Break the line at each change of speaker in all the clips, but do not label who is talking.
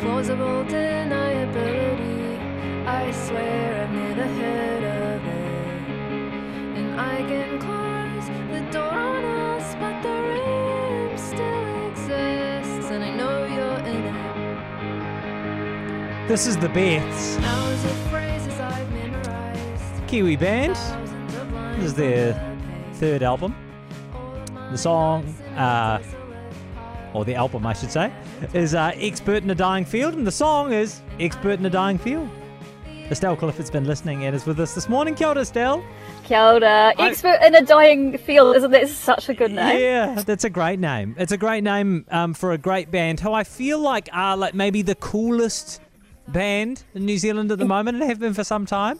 plausible deniability. I swear I've never heard of it. And I can close the door on us, but the room still exists, and I know you're in it.
This is The Beths,
Hours of phrases I've memorized.
Kiwi band.
thousands of lines
This is their
on a page.
Third album,
All of my
the song, uh,
life's a red pile.
or the album I should say, is uh, Expert in a Dying Field, and the song is Expert in a Dying Field. Estelle Clifford's been listening and is with us this morning. Kia ora, Estelle.
Kia ora.
I-
Expert in a dying field, isn't that such a good name?
Yeah, that's a great name. It's a great name um, for a great band who I feel like are like maybe the coolest band in New Zealand at the moment and have been for some time.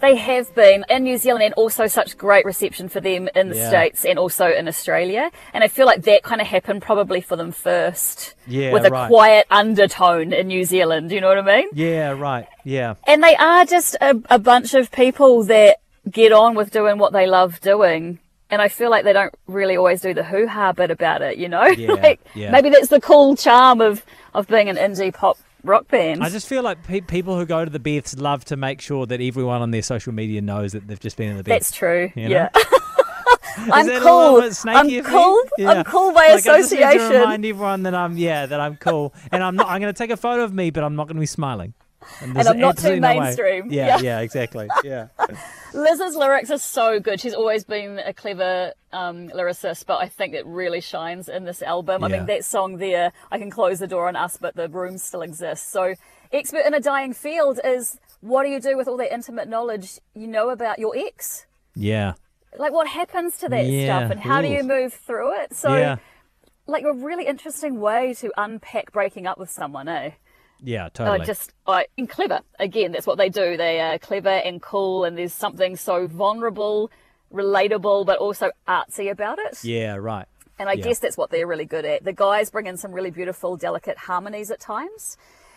They have been in New Zealand and also such great reception for them in the
Yeah.
States and also in Australia. And I feel like that kind of happened probably for them first
Yeah,
with a
right.
quiet undertone in New Zealand. You know what I mean?
Yeah, right. Yeah.
And they are just a, a bunch of people that get on with doing what they love doing. And I feel like they don't really always do the hoo ha bit about it, you know?
Yeah,
like,
yeah.
Maybe that's the cool charm of, of being an indie pop rock band.
I just feel like pe- people who go to the Beths love to make sure that everyone on their social media knows that they've just been in the Beths.
That's true.
you know?
yeah.
Is
I'm
that a little
cool.
bit snaky
I'm
of me?
cool.
Yeah.
I'm cool by
Like, I just need to
association.
remind everyone that I'm yeah that I'm cool, and I'm not. I'm going to take a photo of me, but I'm not going to be smiling. there's
I'm not too
absolutely no way-
mainstream.
yeah,
Yeah.
yeah, exactly. Yeah,
Liz's lyrics are so good. She's always been a clever um, lyricist, but I think it really shines in this album. I
Yeah.
mean, that song there, I can close the door on us, but the room still exists. So, expert in a dying field is what do you do with all that intimate knowledge you know about your ex?
yeah,
Like, what happens to that
Yeah.
stuff, and how do
Ooh.
you move through it? So,
yeah,
like, a really interesting way to unpack breaking up with someone, eh?
yeah.
Uh,
Totally.
just uh, and clever. Again, that's what they do. They are clever and cool, and there's something so vulnerable, relatable, but also artsy about it.
yeah, right.
and I
yeah.
guess that's what they're really good at. The guys bring in some really beautiful, delicate harmonies at times.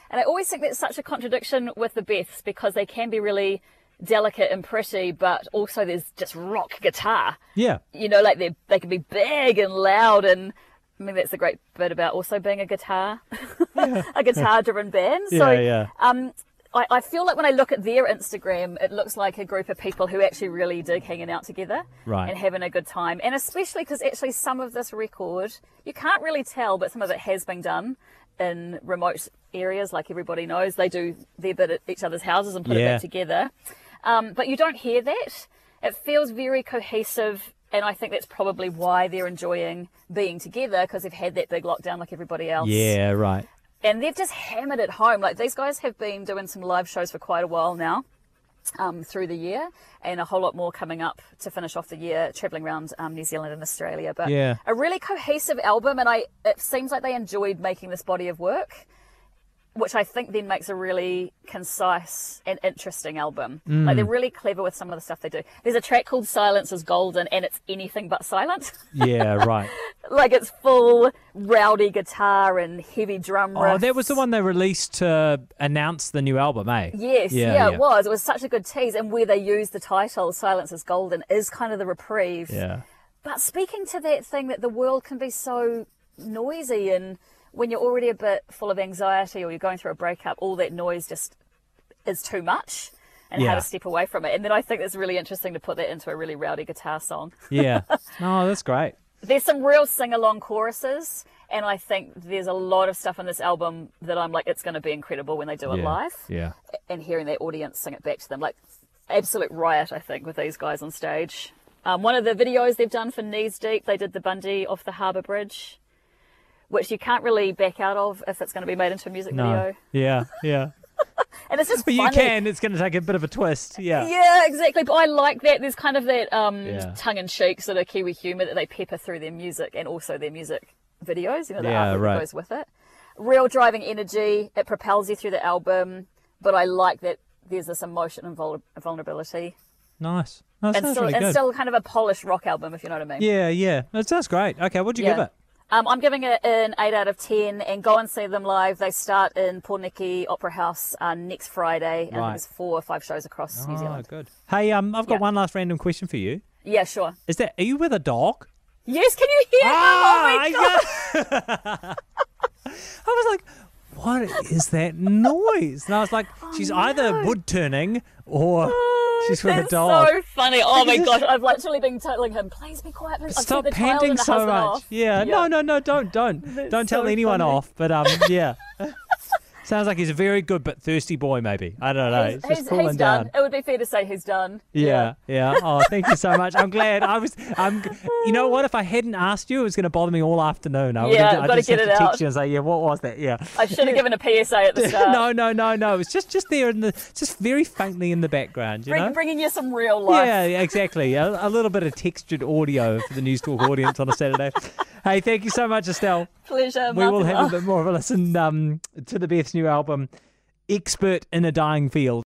And I always think that's such a contradiction with the Beths because they can be really delicate and pretty, but also there's just rock guitar
Yeah,
you know, like they they can be big and loud and I mean that's the great bit about also being a guitar a guitar driven band. so
Yeah, yeah.
um I, I feel like when I look at their Instagram, it looks like a group of people who actually really dig hanging out together
Right.
and having a good time. And especially because actually some of this record, you can't really tell, but some of it has been done in remote areas. Like everybody knows, they do their bit at each other's houses and put it
Yeah.
back together. Um, but you don't hear that. It feels very cohesive, and I think that's probably why they're enjoying being together because they've had that big lockdown like everybody else.
yeah, right.
And they've just hammered it home. Like these guys have been doing some live shows for quite a while now. Um, through the year, and a whole lot more coming up to finish off the year, traveling around um, New Zealand and Australia. But
Yeah.
a really cohesive album, and I it seems like they enjoyed making this body of work, which I think then makes a really concise and interesting album.
Mm.
Like they're really clever with some of the stuff they do. There's a track called "Silence Is Golden," and it's anything but silent.
Yeah, right.
like it's full rowdy guitar and heavy drum.
Oh, that was the
riffs.
one they released to announce the new album, eh?
Yes, yeah, it was. It was such a good tease, and where they used the title "Silence Is Golden" is kind of the reprieve.
Yeah.
But speaking to that thing that the world can be so noisy, and when you're already a bit full of anxiety or you're going through a breakup, all that noise just is too much, and
Yeah.
how to step away from it. And then I think it's really interesting to put that into a really rowdy guitar song.
Yeah. No, that's great.
There's some real sing along choruses, and I think there's a lot of stuff in this album that I'm like, it's going to be incredible when they do it
yeah.
live
Yeah.
and hearing their audience sing it back to them. Like, absolute riot, I think, with these guys on stage. Um, one of the videos they've done for Knees Deep, they did the Bundy off the Harbour Bridge, which you can't really back out of if it's going to be made into a music
No.
video.
Yeah. Yeah.
And it's just
But you
funny.
can. It's going to take a bit of a twist. Yeah.
Yeah, exactly. But I like that. There's kind of that um,
Yeah.
tongue-in-cheek sort of Kiwi humour that they pepper through their music and also their music videos. You know, the
Yeah,
art that
right.
goes with it. Real driving energy. It propels you through the album. But I like that there's this emotion and vul- vulnerability.
Nice. No, that
and
sounds
still,
really
and
good.
still kind of a polished rock album, if you know what I mean.
Yeah, yeah. That sounds great. Okay, what'd you give it?
Um, I'm giving it an 8 out of 10 and go and see them live. They start in Pornicki Opera House uh, next Friday. And
Right.
there's four or five shows across New Zealand.
good. Hey, um, I've got
Yeah.
one last random question for you.
Yeah, sure.
Is that are you with a dog? Ah!
Yes, can you hear? them? oh my
I
Oh, God.
got- I was like, what is that noise? And I was like,
Oh,
she's either wood turning or she's with a
That's
dog.
so funny. Oh my
Because
gosh, I've literally been telling him, please be quiet. I've set
Stop
the child
panting
and the
so
husband
much.
off."
Yeah. No, no, no, don't, don't. don't tell
so
anyone
funny.
off. But um yeah. Sounds like he's a very good but thirsty boy, maybe. I don't know.
He's,
it's
he's,
just cooling
he's
down.
done. It would be fair to say he's done.
Yeah, yeah. Oh, thank you so much. I'm glad. I was. I'm. You know what? If I hadn't asked you, it was going to bother me all afternoon. I would
Yeah,
have, I
gotta
just had
get
to
it
text
out.
you and say, yeah, what was that? Yeah.
I should have given a PSA at the start.
no, no, no, no. It's just, just there in the, just very faintly in the background. You
Bring,
know.
Bringing you some real life.
yeah, yeah, exactly. A, a little bit of textured audio for the News Talk audience on a Saturday. Hey, thank you so much, Estelle.
Pleasure.
We will have a
Martha.
bit more of a listen um, to the Beth's new album, Expert in a Dying Field.